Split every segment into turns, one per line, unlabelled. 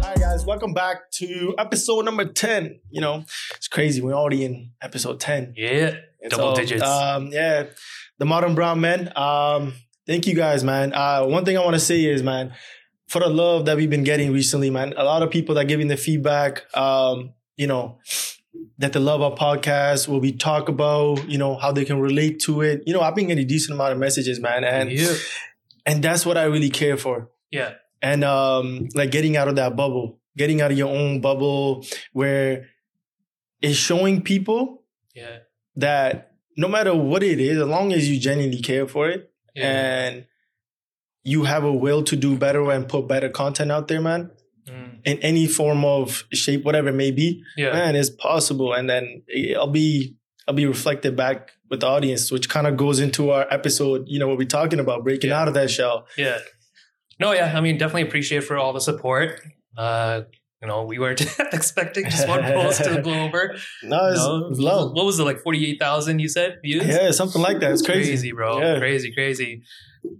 Hi guys, welcome back to episode number ten. You know, it's crazy. We're already in episode ten.
Yeah.
It's
Double
all-
digits.
Um, yeah, the modern brown men. Um, thank you guys, man. Uh, one thing I want to say is, man, for the love that we've been getting recently, man. A lot of people that giving the feedback. Um, you know, that they love our podcast. What we talk about. You know how they can relate to it. You know, I've been getting a decent amount of messages, man, and
yeah.
and that's what I really care for
yeah.
and um, like getting out of that bubble, getting out of your own bubble where it's showing people
Yeah.
that no matter what it is, as long as you genuinely care for it
Yeah.
and you have a will to do better and put better content out there, man,
Mm.
in any form of shape, whatever it may be,
Yeah.
man, it's possible. And then I'll be I'll be reflected back with the audience, which kind of goes into our episode, you know, what we're talking about, breaking
Yeah.
out of that shell.
Yeah. No, yeah. I mean, definitely appreciate for all the support. Uh, you know, we weren't expecting just one post to go over.
No, it's
No.
love.
What was it like? Forty-eight thousand? You said views?
Yeah, something like that. It's crazy.
bro.
Yeah.
Crazy, crazy.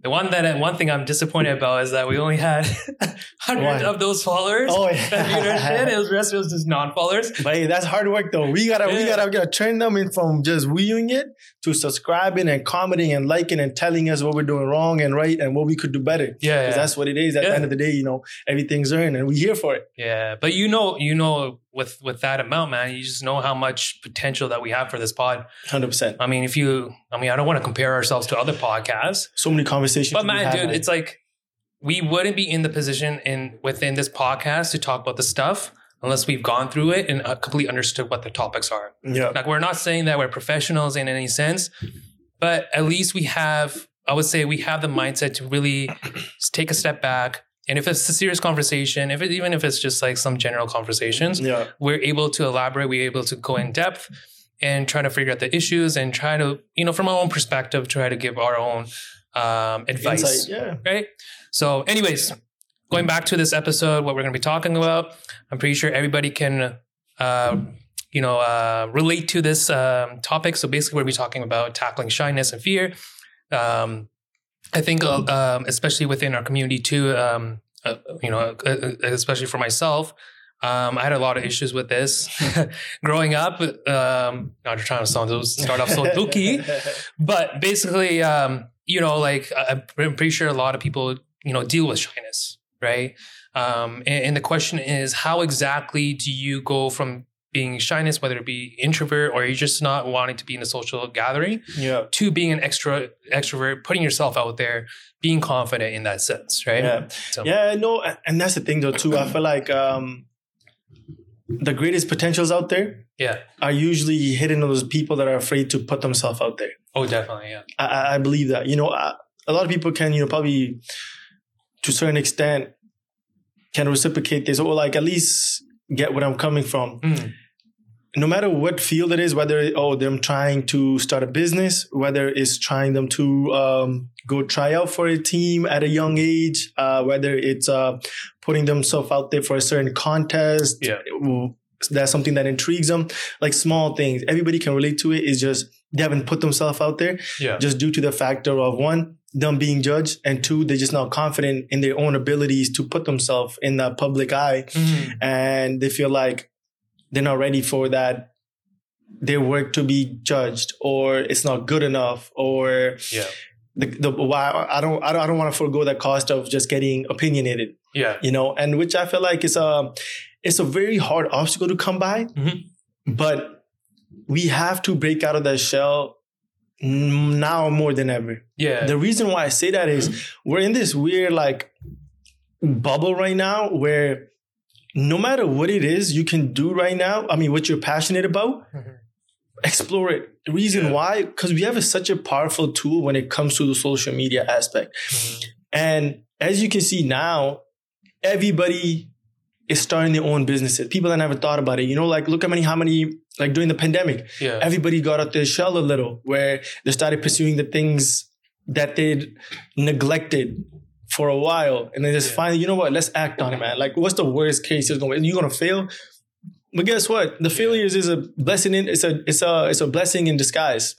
The one that uh, one thing I'm disappointed about is that we only had
Why?
hundred of those followers.
Oh
That viewed our
yeah.
shit. It was the rest was just non-followers.
But hey, that's hard work though. We gotta we
Yeah.
gotta, gotta turn them in from just viewing it to subscribing and commenting and liking and telling us what we're doing wrong and right and what we could do better.
Yeah,
Because
yeah.
that's what it is. At the
Yeah.
end of the day, you know, everything's earned and we here for it.
Yeah, but you know, you know, with with that amount, man, you just know how much potential that we have for this pod.
Hundred percent.
I mean, if you, I mean, I don't want to compare ourselves to other podcasts,
So many conversations.
but
we
man,
had,
dude, it's like we wouldn't be in the position in within this podcast to talk about the stuff unless we've gone through it and uh, completely understood what the topics are.
yeah.
Like, we're not saying that we're professionals in any sense, but at least we have, I would say, we have the mindset to really just take a step back. And if it's a serious conversation, if it, even if it's just like some general conversations,
Yeah.
we're able to elaborate, we're able to go in depth and try to figure out the issues and try to, you know, from our own perspective, try to give our own um, advice.
Insight. Yeah.
Right. So, anyways, going back to this episode, what we're going to be talking about, I'm pretty sure everybody can, uh, you know, uh, relate to this um, topic. So, basically, we're going to be talking about tackling shyness and fear. Um, I think, uh, um, especially within our community, too, um, uh, you know, uh, uh, especially for myself. Um, I had a lot of issues with this growing up. Um, not trying to sound start off so dookie, but basically um you know like I- i'm pretty sure a lot of people you know deal with shyness right um and, and the question is how exactly do you go from being shyness whether it be introvert or you're just not wanting to be in a social gathering
yeah.
to being an extra extrovert putting yourself out there being confident in that sense right
Yeah.
so,
Yeah, no, a- and that's the thing though too. I feel like um the greatest potentials out there
yeah
are usually hidden to those people that are afraid to put themselves out there.
oh definitely yeah
I- I, I believe that. You know, I, a lot of people can, you know, probably to a certain extent can reciprocate this or like at least get what I'm coming from.
Mm,
No matter what field it is, whether, oh, them trying to start a business, whether it's trying them to um, go try out for a team at a young age, uh, whether it's uh, putting themselves out there for a certain contest.
Yeah.
w- That's something that intrigues them. Like small things. Everybody can relate to it. It's just they haven't put themselves out there
yeah
just due to the factor of one them being judged and two they're just not confident in their own abilities to put themselves in the public eye
Mm,
and they feel like they're not ready for that their work to be judged or it's not good enough or
yeah
the, the why I don't I don't, I don't want to forego the cost of just getting opinionated
yeah
you know and which i feel like is a it's a very hard obstacle to come by
Mhm.
but we have to break out of that shell n- now more than ever
yeah
the reason why i say that is we're in this weird like bubble right now where no matter what it is you can do right now i mean what you're passionate about
Mhm.
explore it the reason
Yeah.
why because we have a, such a powerful tool when it comes to the social media aspect
Mm,
and as you can see now, everybody is starting their own businesses. People that never thought about it. You know, like look how many, how many, like during the pandemic,
yeah
everybody got out their shell a little where they started pursuing the things that they'd neglected for a while. And then just
Yeah.
finally, you know what, let's act on it, man. Like what's the worst case? You're gonna, you're gonna fail. But guess what? The failures is a blessing. In, it's a it's a it's a blessing in disguise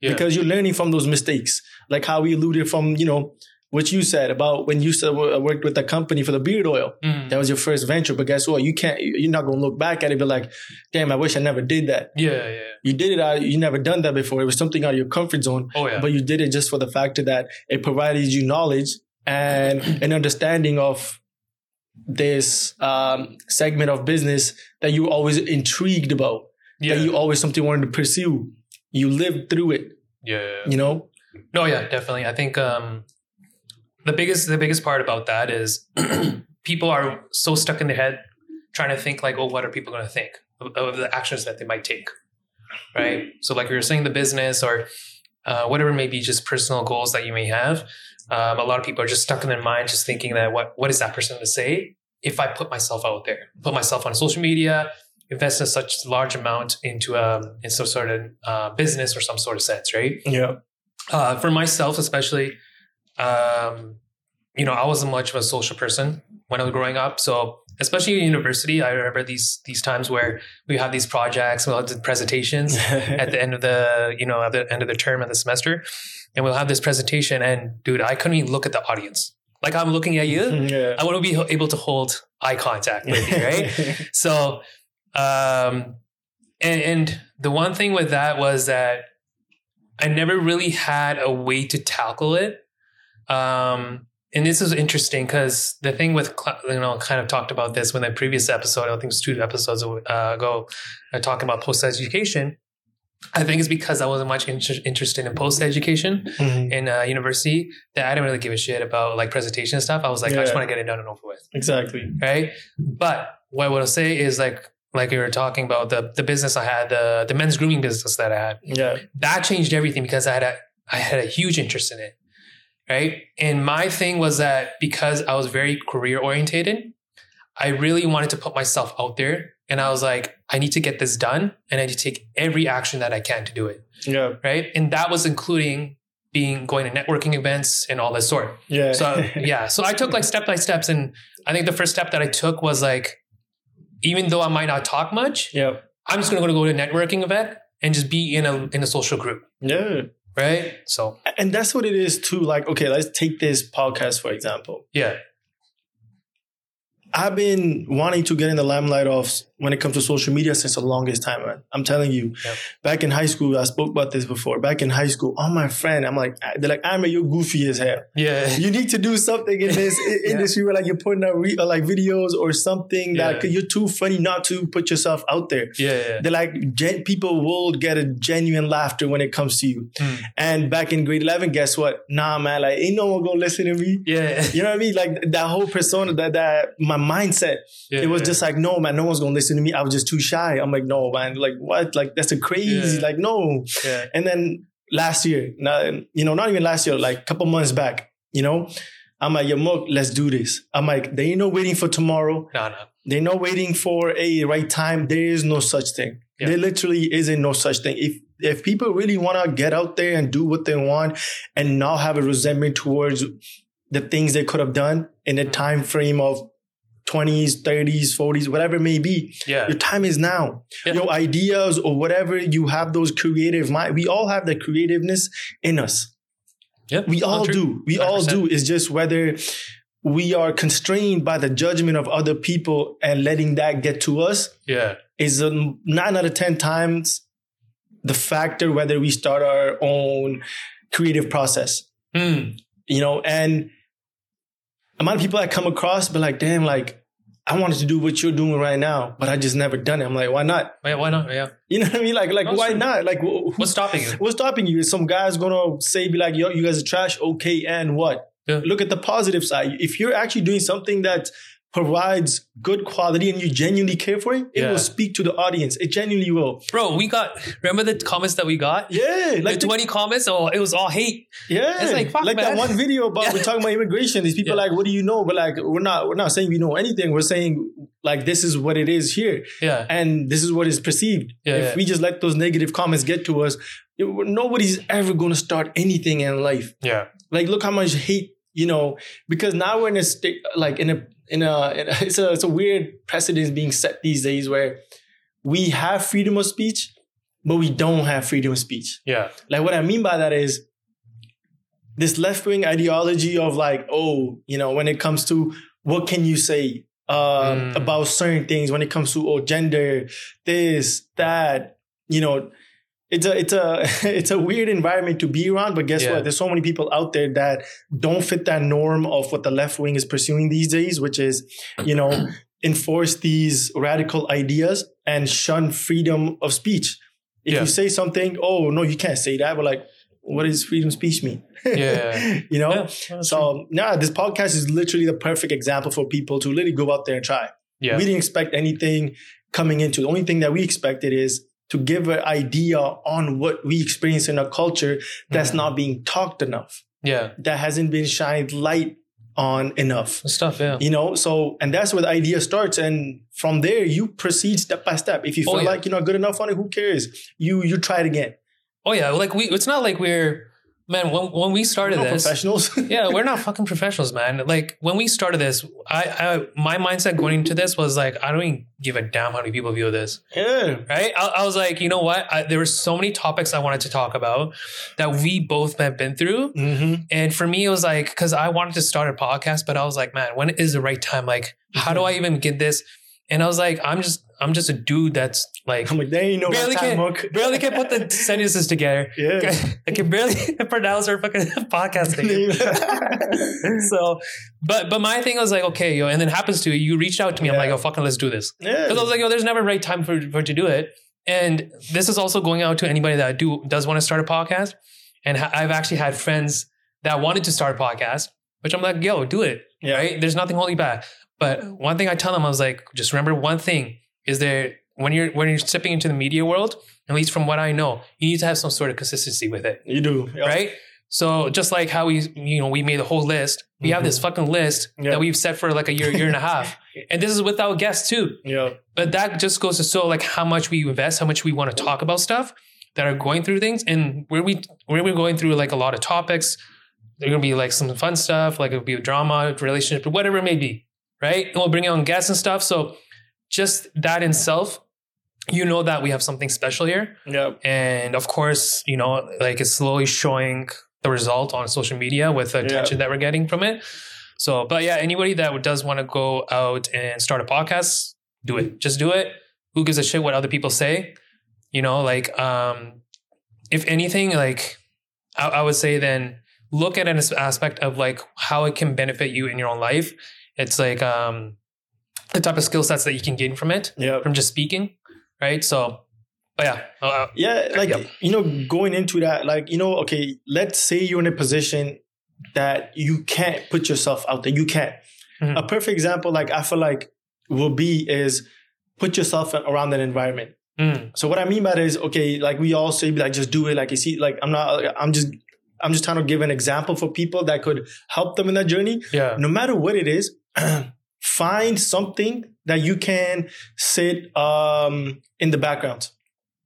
Yeah.
because you're learning from those mistakes. Like how we alluded from you know what you said about when you said, wo- worked with a company for the beard oil.
Mm.
That was your first venture, but guess what? You can't. You're not gonna look back at it and be like, "Damn, I wish I never did that."
Yeah, yeah.
You did it. Out, you never done that before. It was something out of your comfort zone,
Oh yeah.
but you did it just for the fact that it provided you knowledge and an understanding of this um, segment of business that you were always intrigued about,
yeah.
that you always something wanted to pursue. You lived through it,
yeah.
you know.
No, yeah, definitely. I think um, the biggest the biggest part about that is people are so stuck in their head trying to think like, oh, what are people going to think of, of the actions that they might take, right? So, like you were saying, the business or uh, whatever may be just personal goals that you may have. Um, a lot of people are just stuck in their mind, just thinking that what what is that person to say if I put myself out there, put myself on social media, invest in such large amount into um in some sort of uh, business or some sort of sense, right?
Yeah,
uh, for myself especially um, you know i wasn't much of a social person when i was growing up so especially in university i remember these these times where we have these projects we'll have the presentations at the end of the you know at the end of the term of the semester and we'll have this presentation and dude i couldn't even look at the audience like i'm looking at you
yeah.
i wouldn't be able to hold eye contact with you right so, um, and, and the one thing with that was that I never really had a way to tackle it. Um, and this is interesting because the thing with, cl- you know, kind of talked about this when the previous episode, I think it was two episodes uh, ago, uh, talking about post education. I think it's because I wasn't much inter- interested in post education
Mhm.
in uh, university that I didn't really give a shit about like presentation and stuff. I was like, I just
Yeah.
want to get it done and over with
Exactly.
right? But what I want to say is like like you were talking about the the business I had, the the men's grooming business that I had,
Yeah.
that changed everything because I had a I had a huge interest in it, right? And my thing was that because I was very career orientated, I really wanted to put myself out there, and I was like, I need to get this done, and I need to take every action that I can to do it,
Yeah.
right? And that was including being going to networking events and all that sort.
Yeah.
So yeah, so I took like step by steps, and I think the first step that I took was like, even though I might not talk much,
yeah.
I'm just gonna go to a networking event and just be in a in a social group,
Yeah.
right? So
And that's what it is too. Like, okay, let's take this podcast for example.
yeah,
I've been wanting to get in the limelight of when it comes to social media since the longest time, man. I'm telling you,
Yep.
back in high school, I spoke about this before. Back in high school, all my friend, I'm like, they're like, I'm you're goofy as hell.
yeah,
You need to do something in this in-
Yeah.
industry where like you're putting out re- or, like videos or something
Yeah.
that cause you're too funny not to put yourself out there.
yeah,
They're like gen- people will get a genuine laughter when it comes to you.
Hmm.
And back in grade eleven, guess what? Nah, man, like ain't no one gonna listen to me.
yeah,
You know what I mean? Like that whole persona, that that my mindset
yeah.
it was just like, no, man, no one's gonna listen to me. I was just too shy. I'm like, no, man, like what? Like that's a crazy,
Yeah.
like no.
yeah,
And then last year, not, you know, not even last year, like a couple months back, you know, I'm like, yo, Mook, let's do this. I'm like, there ain't no waiting for tomorrow.
no, no,
There ain't no waiting for a right time. There is no such thing.
Yeah.
There literally isn't no such thing. If if people really want to get out there and do what they want and not have a resentment towards the things they could have done in the time frame of 20s, 30s, 40s, whatever it may be,
yeah,
your time is now.
Yeah.
Your ideas or whatever you have those creative mind. We all have the creativeness in us.
yeah.
We all
true.
do. We all
100%.
do. It's just whether we are constrained by the judgment of other people and letting that get to us
Yeah,
is um, nine out of 10 times the factor whether we start our own creative process,
Mm.
you know, and amount of people I come across, but like, damn, like, I wanted to do what you're doing right now, but I just never done it. I'm like, why not?
yeah. Why not? Yeah.
You know what I mean? Like, like,
No,
why
sure.
not? Like, wh- who
What's stopping you?
What's stopping you? Is some guy's gonna say, be like, yo, you guys are trash, okay, and what?
Yeah.
Look at the positive side. If you're actually doing something that provides good quality and you genuinely care for it, it
Yeah.
will speak to the audience. It genuinely will.
Bro, we got remember the comments that we got?
Yeah. Like,
Like
the-
20 comments? Oh, it was all hate.
yeah.
It's like, fuck, man.
that one video about
Yeah.
we're talking about immigration. These people
Yeah.
are like, what do you know? But like we're not we're not saying we know anything. We're saying like this is what it is here.
Yeah.
And this is what is perceived.
Yeah,
if
yeah.
we just let those negative comments get to us, it- nobody's ever gonna start anything in life.
Yeah.
like look how much hate you know because now we're in a state like in a in a, in a it's a it's a weird precedence being set these days where we have freedom of speech, but we don't have freedom of speech.
Yeah.
Like what I mean by that is this left wing ideology of like, oh, you know, when it comes to what can you say uh,
Mm.
about certain things, when it comes to oh, gender, this, that, you know, it's a it's a it's a weird environment to be around. But guess
Yeah.
what? There's so many people out there that don't fit that norm of what the left wing is pursuing these days, which is, you know, enforce these radical ideas and shun freedom of speech. If
Yeah.
you say something, oh no, you can't say that. But like, what does freedom of speech mean?
Yeah.
you know.
Yeah, that's true.
So nah, this podcast is literally the perfect example for people to really go out there and try.
yeah.
We didn't expect anything coming into. The only thing that we expected is to give an idea on what we experience in a culture that's
Mhm.
not being talked enough,
yeah.
that hasn't been shined light on enough.
Good stuff. Yeah.
You know, so and that's where the idea starts, and from there you proceed step by step. If you
Oh,
feel
yeah.
like you're not good enough on it, who cares? You you try it again.
Oh yeah. Like we. It's not like we're man. When when we
We're
started
not
this.
professionals.
yeah, we're not fucking professionals, man. Like when we started this, I, I my mindset going into this was like, I don't even give a damn how many people view this,
yeah.
right? I, I was like, you know what? I, there were so many topics I wanted to talk about that we both have been through,
Mm-hmm.
and for me, it was like because I wanted to start a podcast, but I was like, man, when is the right time? Like, how do I even get this? And I was like, I'm just I'm just a dude that's like
I'm like, there ain't no
Barely
right time,
can-
Monk.
barely can put the sentences together.
Yeah.
I can barely pronounce our fucking podcast name. so, but but my thing was like, okay, yo, and then happens to you. You reached out to me. I'm
Yeah.
like, oh, fucking, let's do this.
yeah.
Because I was like, yo, there's never a right time for for to do it. And this is also going out to anybody that do does want to start a podcast. And ha- I've actually had friends that wanted to start a podcast, which I'm like, yo, do it.
Yeah.
Right? There's nothing holding you back. But one thing I tell them, I was like, just remember one thing is there when you're when you're stepping into the media world, at least from what I know, you need to have some sort of consistency with it
You do. Yeah.
right? So just like how we, you know, we made the whole list. We have this fucking list
Yeah.
that we've set for like a year, year and a half, and this is without guests too.
Yeah.
But that just goes to show like how much we invest, how much we want to talk about stuff that are going through things, and where we where we're going through like a lot of topics. There gonna be like some fun stuff, like it'll be drama, relationship, whatever it may be, right? And we'll bring on guests and stuff. So just that in self, you know that we have something special here
Yeah.
and of course you know like it's slowly showing the result on social media with the
Yeah.
attention that we're getting from it so but yeah anybody that does want to go out and start a podcast do it just do it who gives a shit what other people say you know like um if anything like i, I would say then look at an as- aspect of like how it can benefit you in your own life it's like um the type of skill sets that you can gain from it
Yeah.
from just speaking right so but yeah uh,
Yeah. Like,
Yeah.
you know, going into that, like, you know, okay, let's say you're in a position that you can't put yourself out there. You can't.
Mhm.
A perfect example, like, I feel like will be is put yourself around that environment.
Mm,
So what I mean by that is, okay, like we all say, like just do it. Like you see, like I'm not, I'm just, I'm just trying to give an example for people that could help them in that journey.
yeah.
no matter what it is, find something that you can sit um, in the background,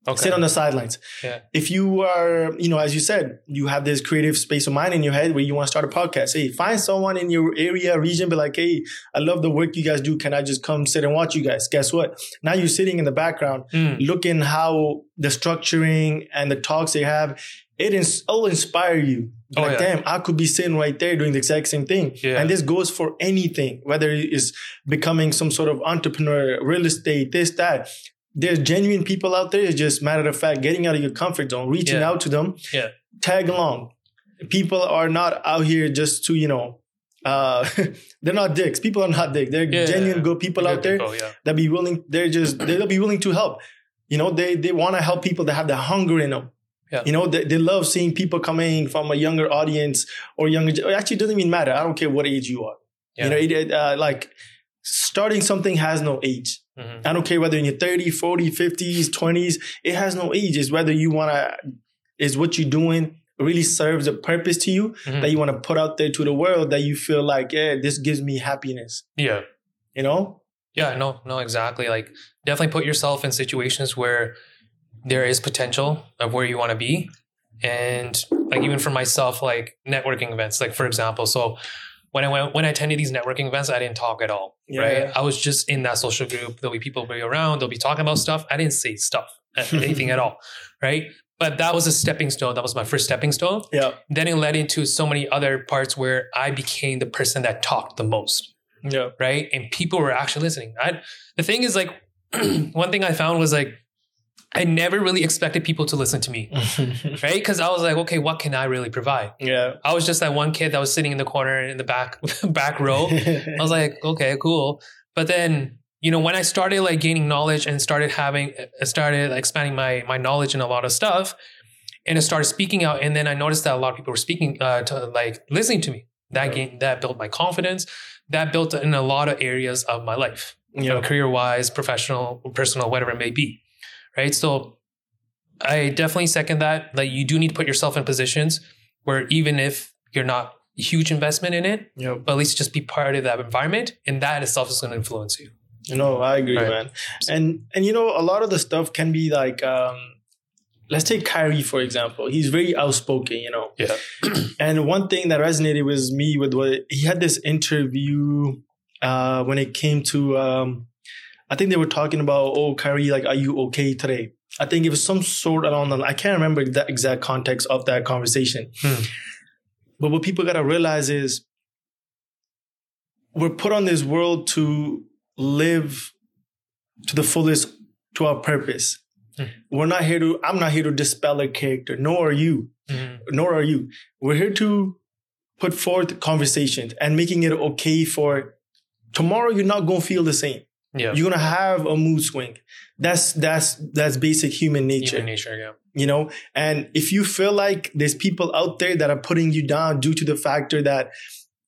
Okay.
sit on the sidelines.
Yeah.
If you are, you know, as you said, you have this creative space of mind in your head where you want to start a podcast. Hey, find someone in your area, region, be like, hey, I love the work you guys do. Can I just come sit and watch you guys? Guess what? Now you're sitting in the background,
Mm,
looking how the structuring and the talks they have. It ins- it'll inspire you.
Oh,
like,
yeah.
damn, I could be sitting right there doing the exact same thing.
yeah.
And this goes for anything, whether it is becoming some sort of entrepreneur, real estate, this, that. There's genuine people out there. It's just matter of fact, getting out of your comfort zone, reaching
Yeah.
out to them,
Yeah.
tag along. People are not out here just to, you know, uh, they're not dicks. People are not dicks. They're
Yeah.
genuine good people out there
yeah.
that be willing. They're just they'll be willing to help. You know, they they want to help people that have the hunger in them.
Yeah.
You know, they, they love seeing people coming from a younger audience or younger. It actually doesn't even matter. I don't care what age you are.
Yeah.
You know, it- it, uh, like starting something has no age.
Mhm.
I don't care whether in your 30, 40, 50s, 20s, it has no age. It's whether you want to, is what you're doing really serves a purpose to you
Mhm.
that you want to put out there to the world that you feel like, yeah, this gives me happiness.
Yeah.
You know?
Yeah. No, no, exactly. Like definitely put yourself in situations where there is potential of where you want to be. And like even for myself, like networking events, like for example, so when I went, when I attended these networking events, I didn't talk at all.
Yeah.
Right? I was just in that social group. There'll be people be around. They'll be talking about stuff. I didn't say stuff, uh, anything at all. Right. But that was a stepping stone. That was my first stepping stone.
Yeah.
Then it led into so many other parts where I became the person that talked the most
Yeah.
right? And people were actually listening. I, the thing is, like, one thing I found was like, I never really expected people to listen to me, right? Because I was like, okay, what can I really provide?
yeah.
I was just that one kid that was sitting in the corner in the back back
Oh,
row. I was like, okay, cool. But then, you know, when I started like gaining knowledge and started having, I started like, expanding my my knowledge in a lot of stuff, and I started speaking out. And then I noticed that a lot of people were speaking, uh, to, like listening to me. That
Yeah.
gained, that built my confidence. That built in a lot of areas of my life, you know,
yeah.
career wise, professional, personal, whatever it may be, right? So, I definitely second that. Like, you do need to put yourself in positions where even if you're not huge investment in it,
Yep.
but at least just be part of that environment and that itself is going to influence you
No, I agree,
Right.
man. And and you know, a lot of the stuff can be like, um, let's take Kyrie for example. He's very outspoken, you know.
Yeah.
and one thing that resonated with me with what he had this interview uh, when it came to, um, I think they were talking about, oh, Kyrie, like, are you okay today? I think it was some sort along the. I can't remember the exact context of that conversation.
Hmm.
But what people gotta realize is we're put on this world to live to the fullest to our purpose.
Mhm.
We're not here to, I'm not here to dispel a character, nor are you,
Mm-hmm.
nor are you. We're here to put forth conversations and making it okay for tomorrow you're not gonna feel the same.
yeah
You're gonna have a mood swing. That's that's that's basic human nature
Human nature yeah
you know and if you feel like there's people out there that are putting you down due to the factor that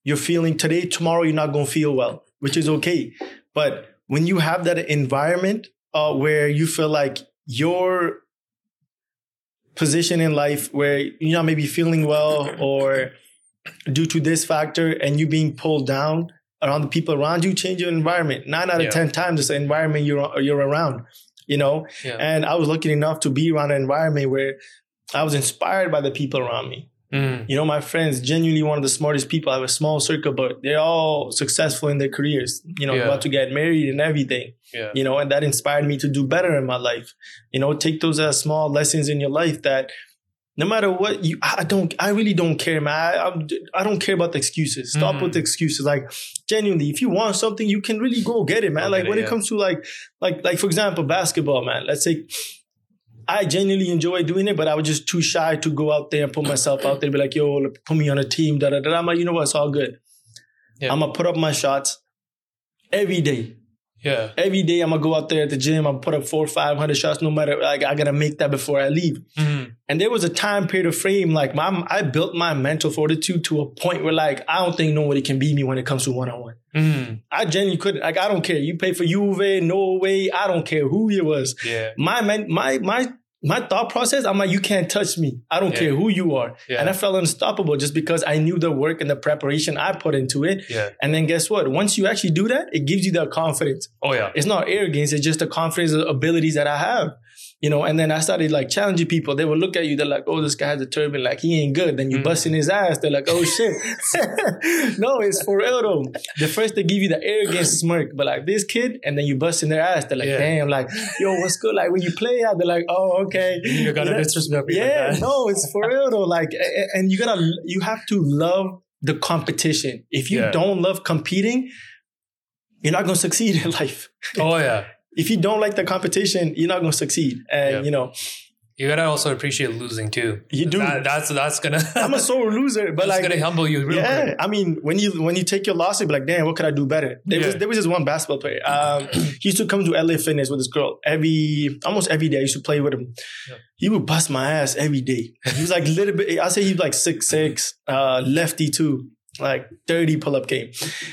you're feeling today tomorrow you're not going to feel well which is okay but when you have that environment uh, where you feel like your position in life where you're not maybe feeling well or due to this factor and you being pulled down around the people around you change your environment nine out of
Yeah.
ten times it's the environment you're, you're around you know
yeah
and I was lucky enough to be around an environment where I was inspired by the people around me.
Mm.
You know, my friends, genuinely one of the smartest people. I have a small circle, but they're all successful in their careers, you know,
Yeah.
about to get married and everything,
yeah
you know, and that inspired me to do better in my life. You know, take those as small lessons in your life that no matter what you, I I don't, I really don't care, man. I, I'm, I don't care about the excuses. Stop
Mhm.
with the excuses. Like, genuinely, if you want something, you can really go get it, man.
Go
like
get it,
when it
yeah.
comes to like, like, like for example, basketball, man. Let's say I genuinely enjoy doing it, but I was just too shy to go out there and put myself out there. Be like, yo, look, put me on a team. Da da da. I'm like, you know what? It's all good.
Yeah.
I'm gonna put up my shots every day
yeah
every day I'm gonna go out there at the gym. I'm put up four, five hundred shots, no matter. Like I gotta make that before I leave.
Mm.
And there was a time period of frame like my I built my mental fortitude to a point where like I don't think nobody can beat me when it comes to one on one.
Mm.
I genuinely couldn't. Like I don't care. You pay for Juve, no way. I don't care who it was.
yeah
My men, my my my thought process. I'm like, you can't touch me. I don't
Yeah.
care who you are.
Yeah.
And I felt unstoppable just because I knew the work and the preparation I put into it.
yeah
And then guess what? Once you actually do that, it gives you that confidence
oh yeah
it's not arrogance it's just the confidence of abilities that i have you know and then i started like challenging people they would look at you they're like oh this guy has a turban like he ain't good then you
Mm.
busting his ass they're like oh shit no it's for real though the first they give you the arrogance smirk but like this kid and then you busting their ass they're like
Yeah.
damn like yo what's good like when you play out they're like oh okay
you gotta
know?
disrespect me like
yeah
that.
no it's for real though like a- a- and you gotta you have to love the competition if you
Yeah.
don't love competing you're not gonna succeed in life
oh yeah
if you don't like the competition, you're not going to succeed. And
Yeah.
you know,
you gotta also appreciate losing too
You do.
That- that's that's gonna
I'm a sore loser, but
that's
like,
gonna humble you real
yeah,
quick.
I mean, when you when you take your loss, you're like, damn, what could I do better? There was
Yeah.
there was this one basketball player. Um, he used to come to LA Fitness with this girl every almost every day. I used to play with him.
Yeah.
He would bust my ass every day. He was like little bit. I say he was like six six, uh, lefty too. Like 30 pull up game.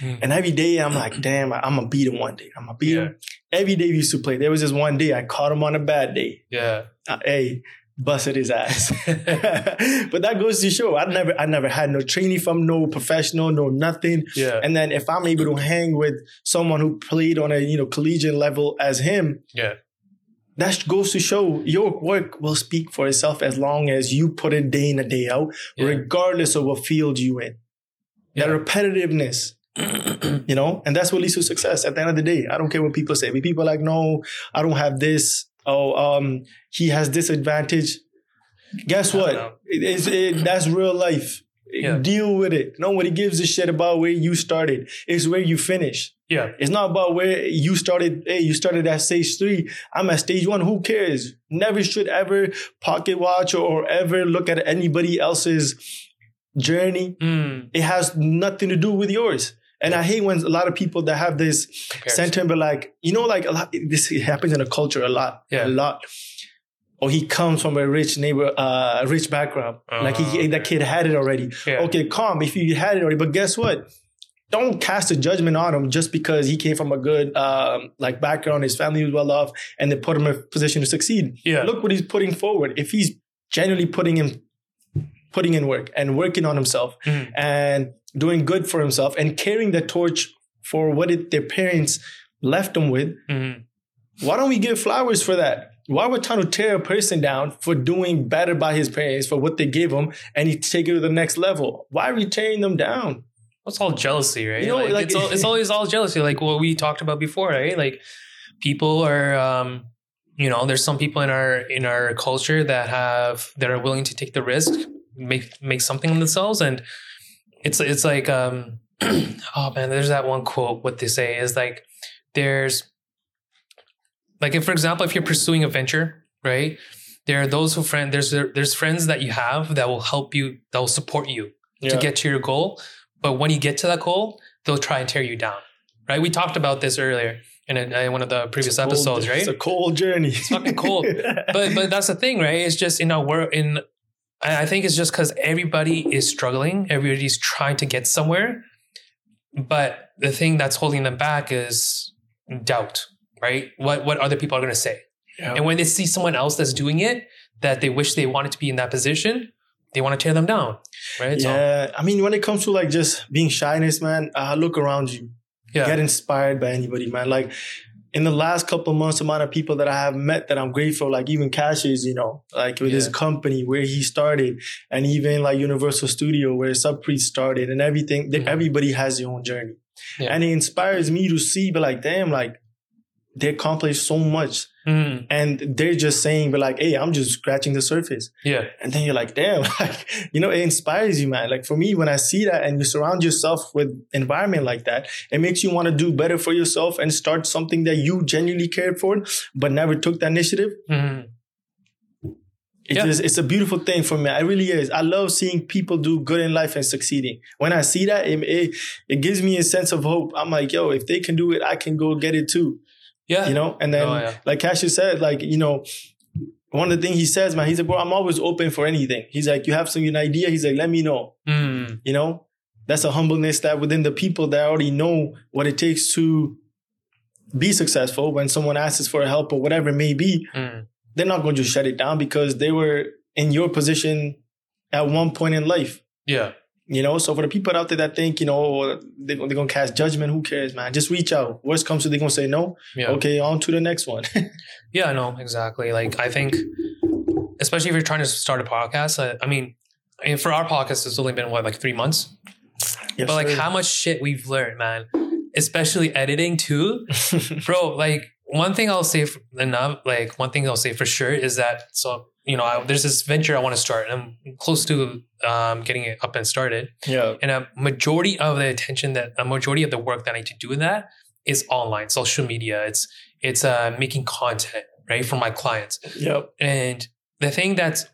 Mm.
And every day I'm like, damn, I, am going to beat him one day. I'm going to beat
Yeah.
him. Every day we used to play. There was this one day I caught him on a bad day.
yeah
uh, hey, busted his ass. but that goes to show I never I never had no training from no professional, no nothing.
yeah
And then if I'm able to hang with someone who played on a you know collegiate level as him,
yeah
that goes to show your work will speak for itself as long as you put it day in and day out,
Yeah.
regardless of what field you in. that repetitiveness you know and that's what leads to success at the end of the day i don't care what people say when people are like no i don't have this oh um he has this advantage guess
I don't
what
know.
It- it's- it- that's real life
Yeah.
deal with it nobody gives a shit about where you started it's where you finish
Yeah.
it's not about where you started hey you started at stage three i'm at stage one who cares never should ever pocket watch or ever look at anybody else's journey
Mm.
it has nothing to do with yours. And I hate when a lot of people that have this
Who cares?
sentiment, like you know, like a lot. This happens in a culture a lot,
Yeah.
a lot. Or he comes from a rich neighbor, uh, rich background. like he,
Oh,
that
okay.
kid had it already.
Yeah.
Okay, calm if you had it already. But guess what? Don't cast a judgment on him just because he came from a good um, like background. His family was well off, and they put him in a position to succeed.
Yeah.
Look what he's putting forward. If he's genuinely putting in, putting in work and working on himself
Mm.
and doing good for himself and carrying the torch for what it, their parents left them with,
Mhm.
why don't we give flowers for that? Why we're trying to tear a person down for doing better by his parents for what they gave him and he take it to the next level? Why are we tearing them down?
It's all jealousy, right?
You know,
like,
like-
it's, all, it's always all jealousy, like what we talked about before, right? Like people are, um, you know, there's some people in our in our culture that have that are willing to take the risk, make make something of themselves, and it's it's like, um, oh man, there's that one quote. What they say is like, there's like if for example, if you're pursuing a venture, right? There are those who friend there's there's friends that you have that will help you that will support you to get to your goal. But when you get to that goal, they'll try and tear you down, right? We talked about this earlier in, a, in one of the previous
Cold-
episodes, right?
It's a cold journey. It's
fucking cold. but but that's the thing, right? It's just in our world. In I I think it's just because everybody is struggling. Everybody's trying to get somewhere, but the thing that's holding them back is doubt, right? What what other people are going to say,
Yeah.
and when they see someone else that's doing it that they wish they wanted to be in that position, they want to tear them down, right? So-
yeah, I mean, when it comes to like just being shyness, man, uh, look around you.
yeah,
get inspired by anybody, man. Like in the last couple of months, amount of people that I have met that I'm grateful, like even Cash's, you know, like with his
Yeah.
company where he started, and even like Universal Studio where Subpreet started and everything. They-
Mhm.
Everybody has their own journey.
Yeah.
And it inspires me to see, but like, damn, like they accomplished so much.
Mm,
And they're just saying, but like, hey, I'm just scratching the surface.
yeah.
And then you're like, damn, like, you know, it inspires you, man. Like for me, when I see that and you surround yourself with environment like that, it makes you want to do better for yourself and start something that you genuinely cared for, but never took the initiative.
Mm,
It's,
Yeah.
just, it's a beautiful thing for me. It really is. I love seeing people do good in life and succeeding. When I see that, it, it, it gives me a sense of hope. I'm like, yo, if they can do it, I can go get it too
yeah.
you know and then
Oh, yeah.
like Cashew said like you know one of the things he says man he's like bro i'm always open for anything he's like you have some an idea he's like let me know
Mm,
you know that's a humbleness that within the people that already know what it takes to be successful when someone asks for help or whatever it may be
mm,
they're not going to shut it down because they were in your position at one point in life
yeah.
you know, so for the people out there that think, you know, oh, they, they're gonna cast judgment, who cares, man? Just reach out. Worst comes to, they're gonna say no.
Yeah.
Okay, on to the next one.
Yeah, no, exactly. Like I think, especially if you're trying to start a podcast, I, I mean, and for our podcast, it's only been what like three months,
Yes,
but like
sir.
how much shit we've learned, man. Especially editing too, bro. Like one thing I'll say for, enough, like one thing I'll say for sure is that so you know I, there's this venture I want to start, and I'm close to um, getting it up and started.
yeah.
and a majority of the attention that a majority of the work that I need to do in that is online, social media. It's it's uh, making content right for my clients.
Yep.
And the thing that's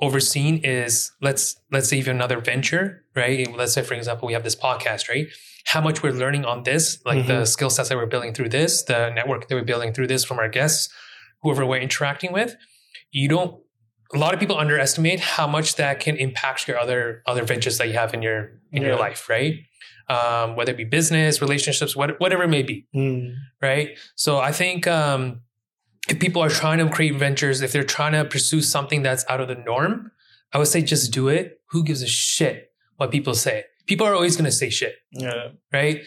overseen is let's let's say if you have another venture, right? Let's say for example we have this podcast, right? How much we're learning on this, like the skill sets that we're building through this, the network that we're building through this from our guests, whoever we're interacting with. You don't. A lot of people underestimate how much that can impact your other other ventures that you have in your in your
Yeah.
life, right? Um, whether it be business, relationships, what, whatever it may be
Mm.
right? So I think um, if people are trying to create ventures, if they're trying to pursue something that's out of the norm, I would say just do it. Who gives a shit what people say? People are always going to say shit,
Yeah.
right?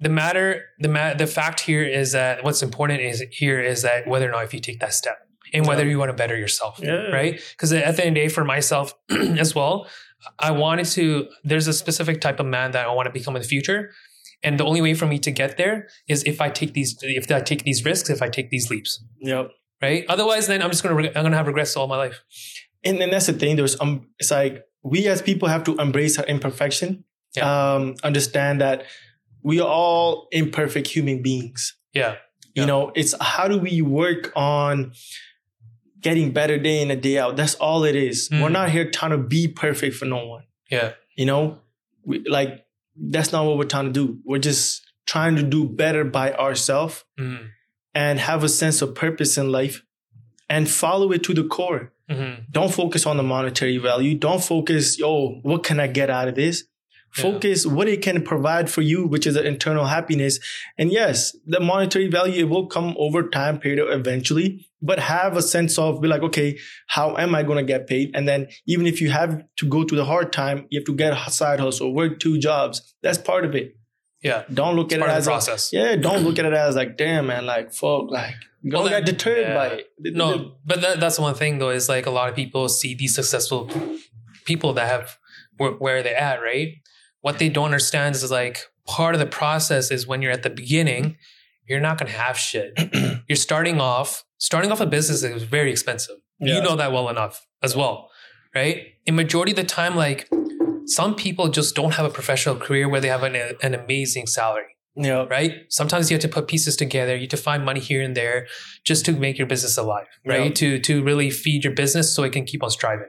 The matter, the ma- the fact here is that what's important is here is that whether or not if you take that step and whether you want to better yourself
Yeah.
right? Because at the end of the day, for myself as well, I wanted to, there's a specific type of man that I want to become in the future. And the only way for me to get there is if I take these, if I take these risks, if I take these leaps,
Yep.
right? Otherwise, then I'm just gonna, reg- I'm gonna have regrets all my life.
And then that's the thing. There's um, it's like we as people have to embrace our imperfection. Um, understand that we are all imperfect human beings.
Yeah, Yeah.
You know, it's how do we work on getting better day in and day out? That's all it is.
Mm.
We're not here trying to be perfect for no one.
yeah,
You know, we, like that's not what we're trying to do. We're just trying to do better by ourselves
mm,
and have a sense of purpose in life and follow it to the core.
hmm
Don't focus on the monetary value. Don't focus, yo, what can I get out of this?
Yeah.
Focus what it can provide for you, which is an internal happiness. And yes, the monetary value it will come over time period eventually, but have a sense of be like, okay, how am I going to get paid? And then even if you have to go through the hard time, you have to get a side hustle, work two jobs. That's part of it.
yeah.
Don't look
It's
at
part
it
of
as
the
a-
process.
yeah. Don't look at it as like, damn man, like fuck, like don't
Well,
get
then-
deterred by
yeah.
it.
No, but that, that's one thing though is like a lot of people see these successful people that have where, where they're at, right? What they don't understand is like part of the process is when you're at the beginning, you're not gonna have shit. you're starting off. Starting off a business is very expensive.
Yeah.
You know that well enough as well, right? In majority of the time, like some people just don't have a professional career where they have an, an amazing salary
Yeah.
right? Sometimes you have to put pieces together. You have to find money here and there just to make your business alive, right?
Yeah.
To to really feed your business so it can keep on striving,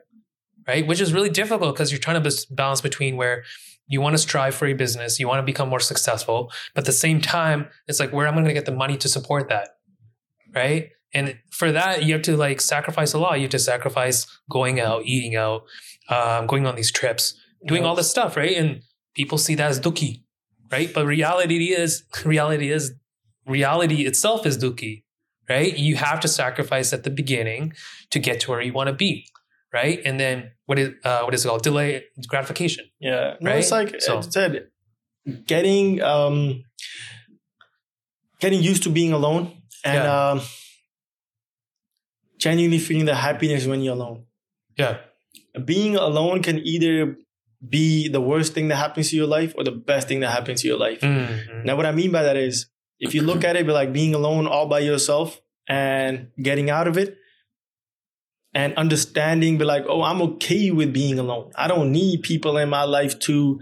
right? Which is really difficult because you're trying to bas- balance between where you want to strive for your business, you want to become more successful, but at the same time, it's like where am I going to get the money to support that, right? And for that, you have to like sacrifice a lot. You have to sacrifice going out, eating out, um, going on these trips, doing
Yeah.
all this stuff, right? And people see that as dookie, right? But reality is reality is reality itself is dookie, right? You have to sacrifice at the beginning to get to where you want to be, right? And then what is uh, what is it called? Delay gratification.
Yeah. No, it's
Right?
like
So-
I said, getting um getting used to being alone and
Yeah.
um genuinely feeling the happiness when you're alone.
Yeah.
Being alone can either be the worst thing that happens to your life or the best thing that happens to your life.
Mhm.
Now what I mean by that is if you look at it be like being alone all by yourself and getting out of it and understanding be like oh I'm okay with being alone. I don't need people in my life to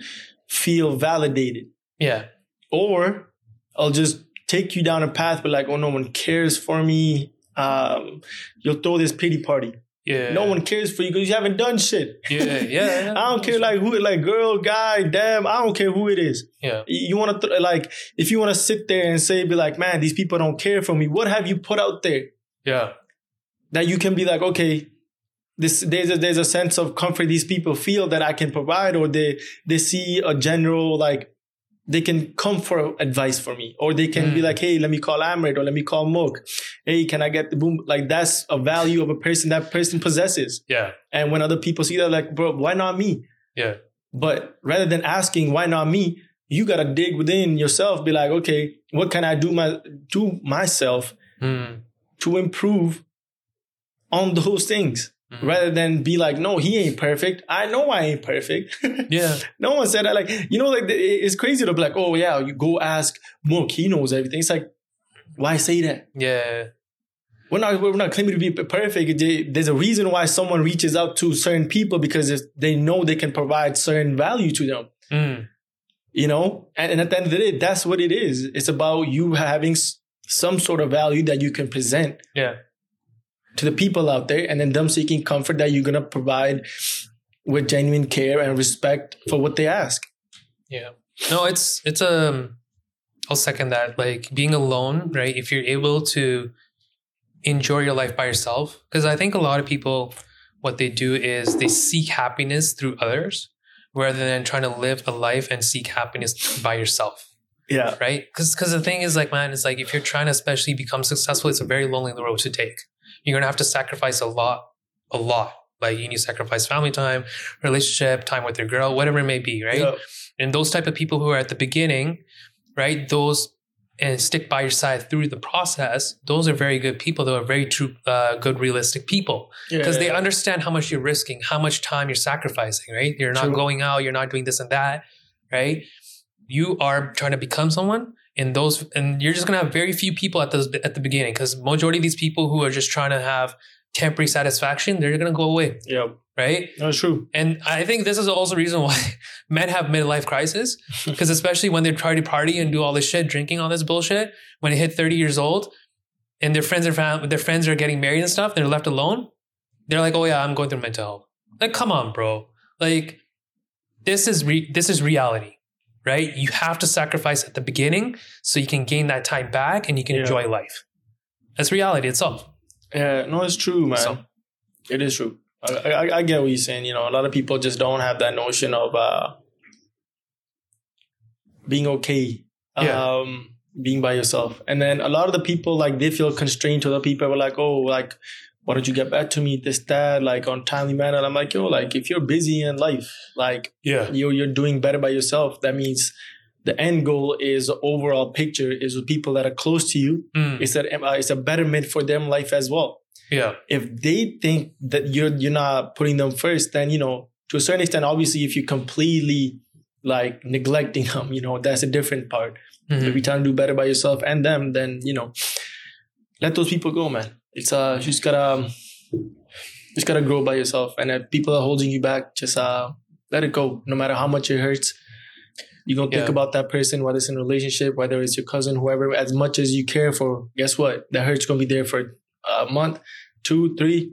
feel validated
Yeah.
or I'll just take you down a path but like oh no one cares for me. Um, you'll throw this pity party.
Yeah.
No one cares for you because you haven't done shit.
Yeah. Yeah.
I don't care like who, like girl, guy, damn. I don't care who it is.
Yeah.
You- you want to th- like if you want to sit there and say be like man these people don't care for me what have you put out there
Yeah.
that you can be like okay this there's a, there's a sense of comfort these people feel that I can provide or they they see a general like they can come for advice for me or they can be
Mm.
like hey let me call Amrit or let me call Mook hey can I get the boom like that's a value of a person that person possesses
Yeah.
and when other people see that, like, bro, why not me?
Yeah.
But rather than asking why not me, you gotta dig within yourself, be like, okay, what can I do my do myself
Mm.
to improve on those things?
Mhm.
Rather than be like, no, he ain't perfect. I know I ain't perfect.
Yeah.
no one said that. Like, you know, like it- it's crazy to be like, oh yeah, you go ask Mook, he knows everything. It's like, why say that?
Yeah.
we're not we're not claiming to be perfect. There- There's a reason why someone reaches out to certain people because it's- they know they can provide certain value to them.
Mm.
You know, and, and at the end of the day, that's what it is. It's about you having s- some sort of value that you can present
Yeah.
to the people out there, and then them seeking comfort that you're gonna provide with genuine care and respect for what they ask.
Yeah. No, it's it's um I'll second that. Like being alone, right? If you're able to enjoy your life by yourself. Because I think a lot of people what they do is they seek happiness through others rather than trying to live a life and seek happiness by yourself.
Yeah,
Right? Because the thing is like, man, it's like if you're trying to especially become successful, it's a very lonely road to take. You're gonna have to sacrifice a lot, a lot. Like you need to sacrifice family time, relationship, time with your girl, whatever it may be, right?
Yeah.
and those type of people who are at the beginning right those and stick by your side through the process, those are very good people. They are very true, uh, good, realistic people because they understand how much you're risking, how much time you're sacrificing, right? You're not
True.
going out, you're not doing this and that, right? You are trying to become someone, and those, and you're just gonna have very few people at those at the beginning because majority of these people who are just trying to have temporary satisfaction, they're gonna go away,
yeah,
right?
that's true.
And I think this is also the reason why men have midlife crisis because especially when they're trying to party and do all this shit, drinking all this bullshit, when they hit 30 years old and their friends are fam- their friends are getting married and stuff, they're left alone. They're like, "Oh yeah, I'm going through mental health." Like, come on, bro. Like this is re- this is reality, right? You have to sacrifice at the beginning so you can gain that time back and you can
Yeah.
enjoy life. That's reality itself.
Yeah, no, it's true, man.
So-
It is true. I, I, I get what you're saying. You know, a lot of people just don't have that notion of uh, being okay,
Yeah.
um, being by yourself. And then a lot of the people, like, they feel constrained to other people. Were like, oh, like, why don't you get back to me? This, that, like, on timely manner. And I'm like, yo, like, if you're busy in life, like,
Yeah.
you're you're doing better by yourself. That means the end goal is overall picture is with people that are close to you. It's a uh, it's a betterment for them life as well.
Mm, yeah.
If they think that you're you're not putting them first, then you know to a certain extent, obviously, if you completely like neglecting them, you know that's a different part.
Mhm.
If you're trying to do better by yourself and them, then you know let those people go, man. It's uh you just gotta um, just gotta grow by yourself, and if people are holding you back, just uh let it go. No matter how much it hurts, you gonna think
Yeah.
about that person, whether it's in a relationship, whether it's your cousin, whoever. As much as you care for, guess what? That hurt's gonna be there for a month, two, three.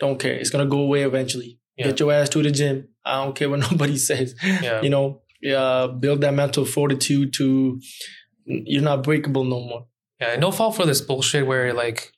Don't care. It's gonna go away eventually.
Yeah.
Get your ass to the gym. I don't care what nobody says.
Yeah.
You know, yeah, build that mental fortitude to you're not breakable no more.
Yeah, no fall for this bullshit where like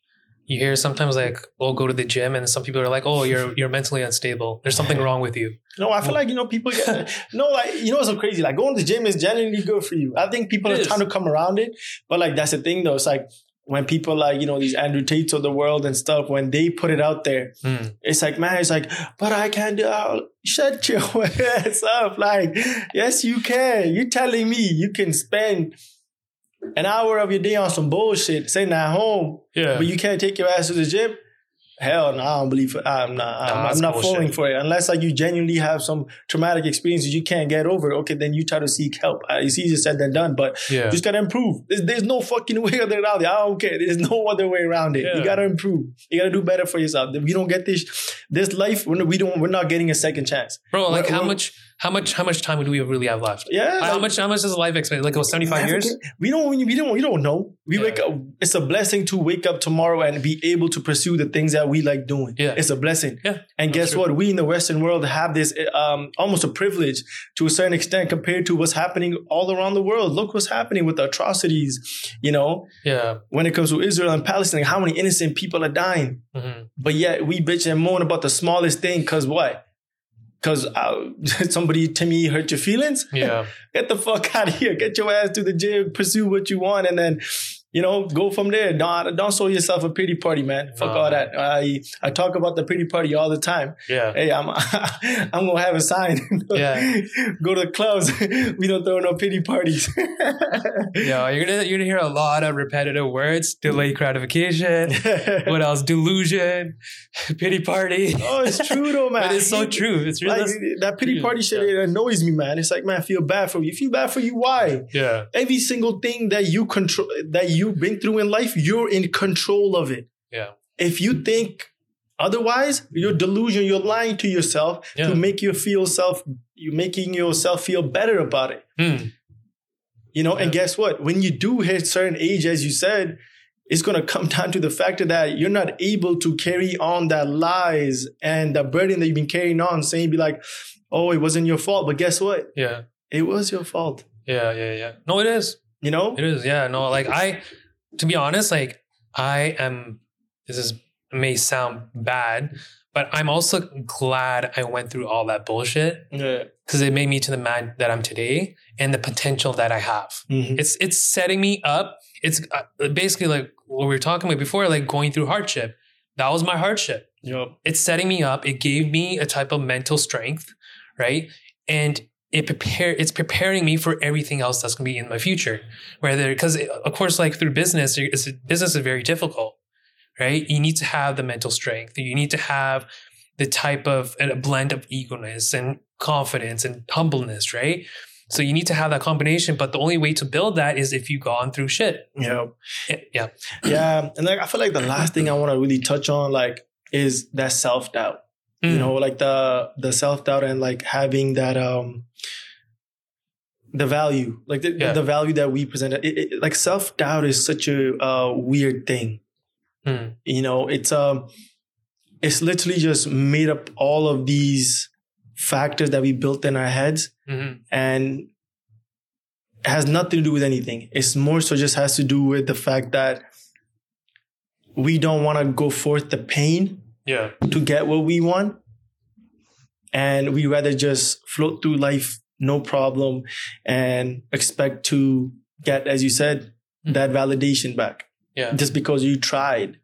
you hear sometimes like, oh, go to the gym, and some people are like, oh, you're you're mentally unstable. There's something wrong with you.
No, I feel like you know people get no, like you know what's so crazy? Like going to the gym is genuinely good for you. I think people
It
are
is.
trying to come around it, but like that's the thing though. It's like when people like you know these Andrew Tates of the world and stuff when they put it out there,
Mm.
it's like man, it's like but I can't do. I'll- shut your ass up! Like yes, you can. You're telling me you can spend an hour of your day on some bullshit sitting at home,
Yeah,
but you can't take your ass to the gym. Hell no, I don't believe it. I'm not. I'm,
that's
I'm not
bullshit.
falling for it unless like you genuinely have some traumatic experiences you can't get over. Okay, then you try to seek help. Uh, It's easier said than done, but
yeah,
you just gotta improve. There's, there's no fucking way other around it. I don't care. There's no other way around it.
Yeah.
You gotta improve. You gotta do better for yourself. If you don't get this, this life, we're- we don't. We're not getting a second chance.
bro. Like,
Wh-
how
wh-
much, how much, how much time do we really have left?
Yeah.
How
like-
much, how much is life expected? Like, oh, 75 years?
We don't. We don't. We don't know. We
Yeah.
wake up. It's a blessing to wake up tomorrow and be able to pursue the things that we like doing.
Yeah.
it's a blessing.
Yeah,
And
that's
guess
true.
what? We in the Western world have this uh, um, almost a privilege to a certain extent compared to what's happening all around the world. Look what's happening with the atrocities. You know,
Yeah,
when it comes to Israel and Palestine, how many innocent people are dying.
Mhm.
But yet we bitch and moan about the smallest thing. Cause what? Cause uh, somebody Timmy hurt your feelings
yeah,
get the fuck out of here. Get your ass to the gym, pursue what you want, and then you know go from there. Don't don't show yourself a pity party, man. Fuck
No.
all that. I I talk about the pity party all the time.
yeah.
Hey, I'm I'm gonna have a sign.
Yeah.
go to the clubs. we don't throw no pity parties. Oh,
Yeah, you're gonna you're gonna hear a lot of repetitive words: delay gratification. what else? Delusion, pity party.
oh, it's true though, man.
But it's so
You-
true. It's
Like,
really
that pity
Yeah.
party shit it annoys me, man. It's like, man, I feel bad for you. If you bad for you, why?
yeah,
every single thing that you control that you've been through in life you're in control of it
Yeah.
if you think otherwise you're delusion you're lying to yourself
Yeah.
to make you feel self you're making yourself feel better about it
Mm.
you know and
Yeah.
guess what when you do hit certain age as you said it's going to come down to the fact that you're not able to carry on that lies and the burden that you've been carrying on saying be like oh it wasn't your fault but guess what
yeah,
it was your fault
yeah, yeah, yeah. No, it is.
you know
It is, yeah. No, like I, to be honest, like I am. This is may sound bad, but I'm also glad I went through all that bullshit
yeah
because it made me to the man that I'm today and the potential that I have.
Mhm.
It's it's setting me up. It's uh, basically like what we were talking about before, like going through hardship. That was my hardship
Yup.
it's setting me up. It gave me a type of mental strength, right? And it prepare it's preparing me for everything else that's going to be in my future. Whether because of course, like through business, you- it's, business is very difficult, right? You need to have the mental strength. You need to have the type of a blend of egoness and confidence and humbleness, right? So you need to have that combination. But the only way to build that is if you've gone through shit. Eh,
You know,
Yeah.
yeah, and like I feel like the last thing I want to really touch on like is that self doubt.
Mm.
you know like the the self-doubt and like having that um the value like the,
Yeah.
the value that we present it, it- like self-doubt is such a uh, weird thing
Mm.
you know it's um it's literally just made up all of these factors that we built in our heads
Mhm.
and it has nothing to do with anything it's more so just has to do with the fact that we don't want to go forth the pain
Yeah.
to get what we want. And we rather just float through life, no problem, and expect to get, as you said, that validation back
Yeah.
just because you tried,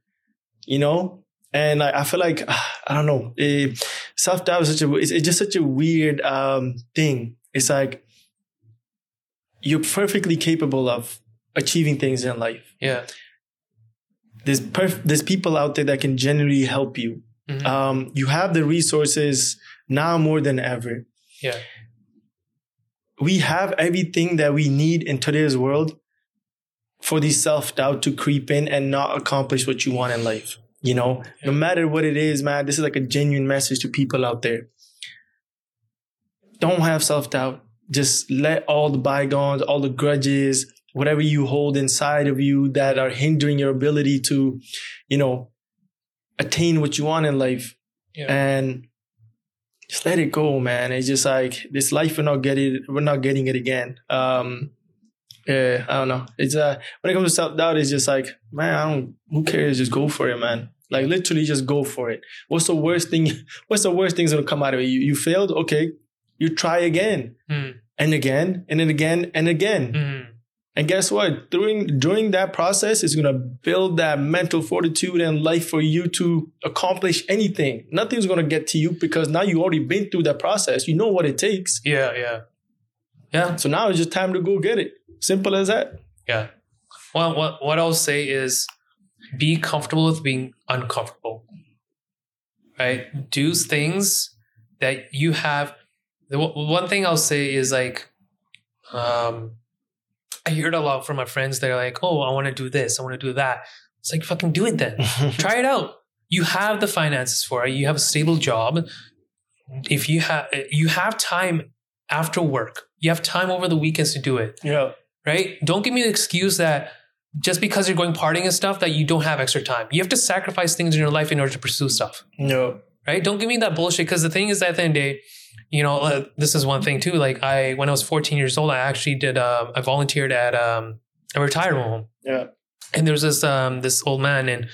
you know? And I, I feel like, ah, I don't know, self doubt is such a, it's, it's just such a weird um, thing. It's like you're perfectly capable of achieving things in life.
Yeah.
There's, perf- there's people out there that can genuinely help you
Mhm.
um, you have the resources now more than ever.
Yeah.
We have everything that we need in today's world for the self doubt to creep in and not accomplish what you want in life. You know, no matter what it is, man, this is like a genuine message to people out there. Don't have self doubt. Just let all the bygones, all the grudges, whatever you hold inside of you that are hindering your ability to, you know, attain what you want in life
Yeah.
and just let it go man it's just like this life we're not getting we're not getting it again um yeah i don't know it's uh when it comes to self-doubt it's just like man i don't who cares just go for it man like literally just go for it what's the worst thing what's the worst things that'll come out of it you, you failed okay you try again
Mm.
and again and then again and again
Mhm.
and guess what? During during that process, it's gonna build that mental fortitude and life for you to accomplish anything. Nothing's gonna get to you because now you already been through that process. You know what it takes.
Yeah. Yeah. Yeah.
So now it's just time to go get it. Simple as that.
Yeah. Well, what what I'll say is, be comfortable with being uncomfortable. Right. Do things that you have. The w- one thing I'll say is like, um, I hear it a lot from my friends. They're like, "Oh, I want to do this. I want to do that." It's like fucking do it then. try it out. You have the finances for it. You have a stable job. If you have you have time after work, you have time over the weekends to do it
yeah.
right? Don't give me the excuse that just because you're going partying and stuff that you don't have extra time. You have to sacrifice things in your life in order to pursue stuff,
No.
right? Don't give me that bullshit because the thing is at the end of the day, you know, uh, this is one thing too. Like I, when I was 14 years old, I actually did. Um, I volunteered at um, a retirement home,
Yeah.
and there was this um, this old man, and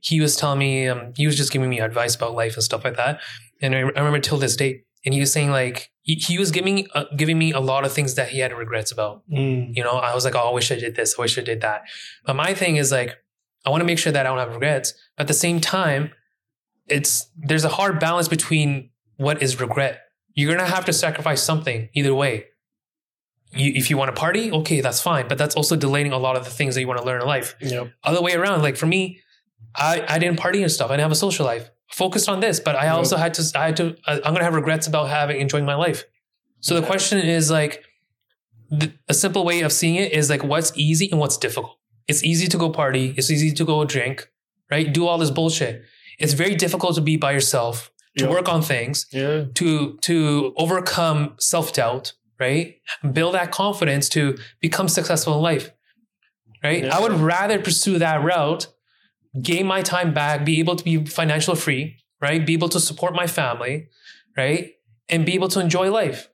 he was telling me, um, he was just giving me advice about life and stuff like that. And I, I remember till this day, and he was saying like he, he was giving uh, giving me a lot of things that he had regrets about.
Mm.
You know, I was like, oh, I wish I did this. I wish I did that. But my thing is like, I want to make sure that I don't have regrets. But at the same time, it's there's a hard balance between what is regret. You're gonna have to sacrifice something either way. You, if you want to party, okay, that's fine. But that's also delaying a lot of the things that you want to learn in life.
Yep.
Other way around, like for me, I, I didn't party and stuff. I didn't have a social life. Focused on this, but I
Yeah.
also had to. I had to. I- I'm gonna have regrets about having enjoying my life. So the
Yeah.
question is like, th- a simple way of seeing it is like what's easy and what's difficult. It's easy to go party. It's easy to go drink, right? Do all this bullshit. It's very difficult to be by yourself, to
Yeah.
work on things,
Yeah.
to to overcome self doubt, right? Build that confidence to become successful in life, right?
Yeah.
I would rather pursue that route, gain my time back, be able to be financial free, right? Be able to support my family, right? And be able to enjoy life,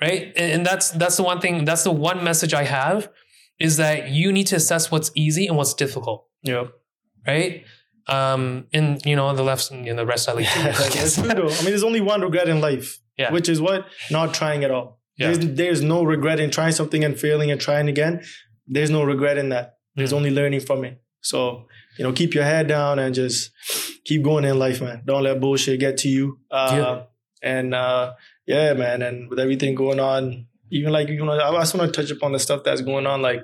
right? And, and that's that's the one thing. That's the one message I have is that you need to assess what's easy and what's difficult,
Yep.
right? Um, and you know the left, you know, the rest I leave. to you, I
That's
guess.
true though. I mean, there's only one regret in life,
Yeah.
which is what? Not trying at all.
Yeah.
There's, there's no regret in trying something and failing and trying again. There's no regret in that. There's
Mm.
only learning from it. So, you know, keep your head down and just keep going in life, man. Don't let bullshit get to you. Uh, and uh, yeah, man, and with everything going on, even like you know, I also want to touch upon the stuff that's going on like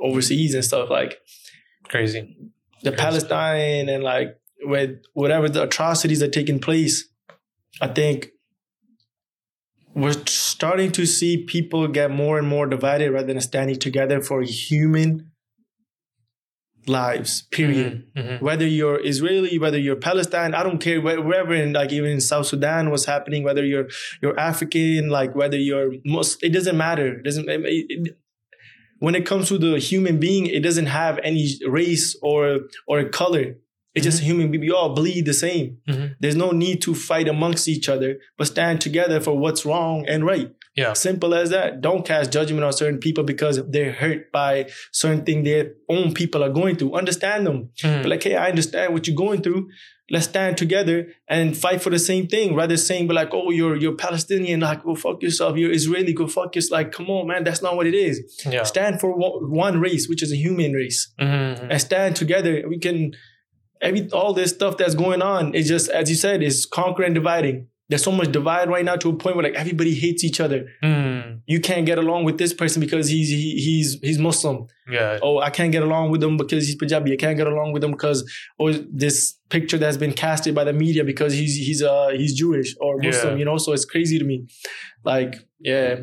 overseas and stuff like
Crazy.
the
Crazy.
Palestine and like with whatever the atrocities that are taking place, I think we're starting to see people get more and more divided rather than standing together for human lives. Period.
Mhm, mhm.
Whether you're Israeli, whether you're Palestine, I don't care where- wherever in like even in South Sudan what's happening. Whether you're you're African, like whether you're most, it doesn't matter. It doesn't it- it- when it comes to the human being, it doesn't have any race or or color. It's just human. being. We all bleed the same.
Mhm.
There's no need to fight amongst each other, but stand together for what's wrong and right.
Yeah.
Simple as that. Don't cast judgment on certain people because they're hurt by certain thing their own people are going through. Understand them.
Mhm.
But like, hey, I understand what you're going through. Let's stand together and fight for the same thing. Rather saying, but like, oh, you're you're Palestinian, like go fuck yourself. You're Israeli, go fuck yourself. Like, come on, man, that's not what it is.
Mm-hmm. yeah.
Stand for one one race, which is a human race,
Mhm.
and stand together. We can every all this stuff that's going on is just as you said, is conquer and dividing. There's so much divide right now to a point where like everybody hates each other.
Mhm.
You can't get along with this person because he's he, he's he's Muslim
Yeah.
oh, I can't get along with him because he's Punjabi. I can't get along with him because or this picture that's been casted by the media because he's he's uh he's Jewish or Muslim,
Yeah.
you know. So it's crazy to me. Like, yeah.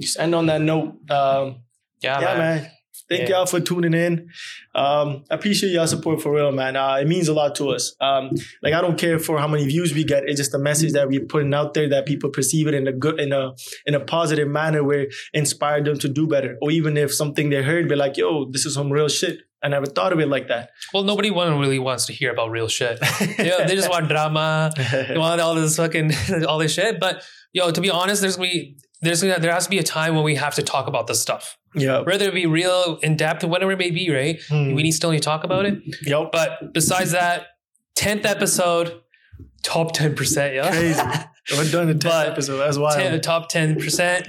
Just end on that note. Um,
Yeah,
yeah,
man.
man. Thank
Yeah.
y'all for tuning in. Um, I appreciate y'all support for real, man. Uh, it means a lot to us. Um, like I don't care for how many views we get. It's just a message that we're putting out there that people perceive it in a good, in a in a positive manner, where it inspired them to do better. Or even if something they heard, be like, "Yo, this is some real shit." I never thought of it like that.
Well, nobody one really wants to hear about real shit. yeah, they just want drama. They want all this fucking all this shit. But yo, to be honest, there's gonna be there's gonna there has to be a time when we have to talk about this stuff,
yeah.
whether it be real, in depth, whatever it may be. Right?
Hmm.
We need still need to talk about it.
Yo,
But besides that, tenth episode, top ten percent. Yeah,
crazy. We're done the 10th
But-
episode. That's
10,
wild.
top ten percent.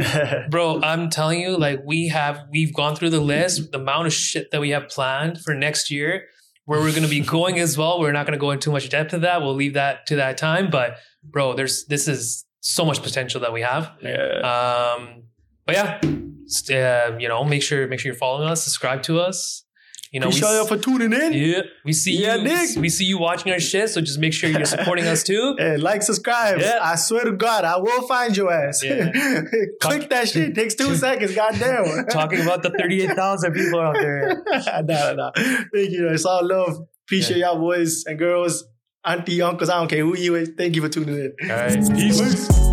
Bro, I'm telling you, like we have, we've gone through the list, the amount of shit that we have planned for next year, where we're going to be going as well. We're not going to go into too much depth of that. We'll leave that to that time. But bro, there's this is so much potential that we have.
yeah.
Um, but yeah, st- uh, you know, make sure make sure you're following us, subscribe to us. You know, we,
Appreciate y'all
s-
for tuning in.
yeah, we see
Yeah,
you,
dig.
we see you watching our shit. So just make sure you're supporting us too.
Hey, like, subscribe.
Yeah.
I swear to God, I will find your ass.
Yeah.
Click that shit. Takes two seconds. Goddamn.
Talking about the thirty-eight thousand people out there.
nah, nah, nah. Thank you. It's all love. Appreciate y'all boys and girls, auntie, uncles. I don't care who you is. Thank you for tuning in.
All right.
Peace.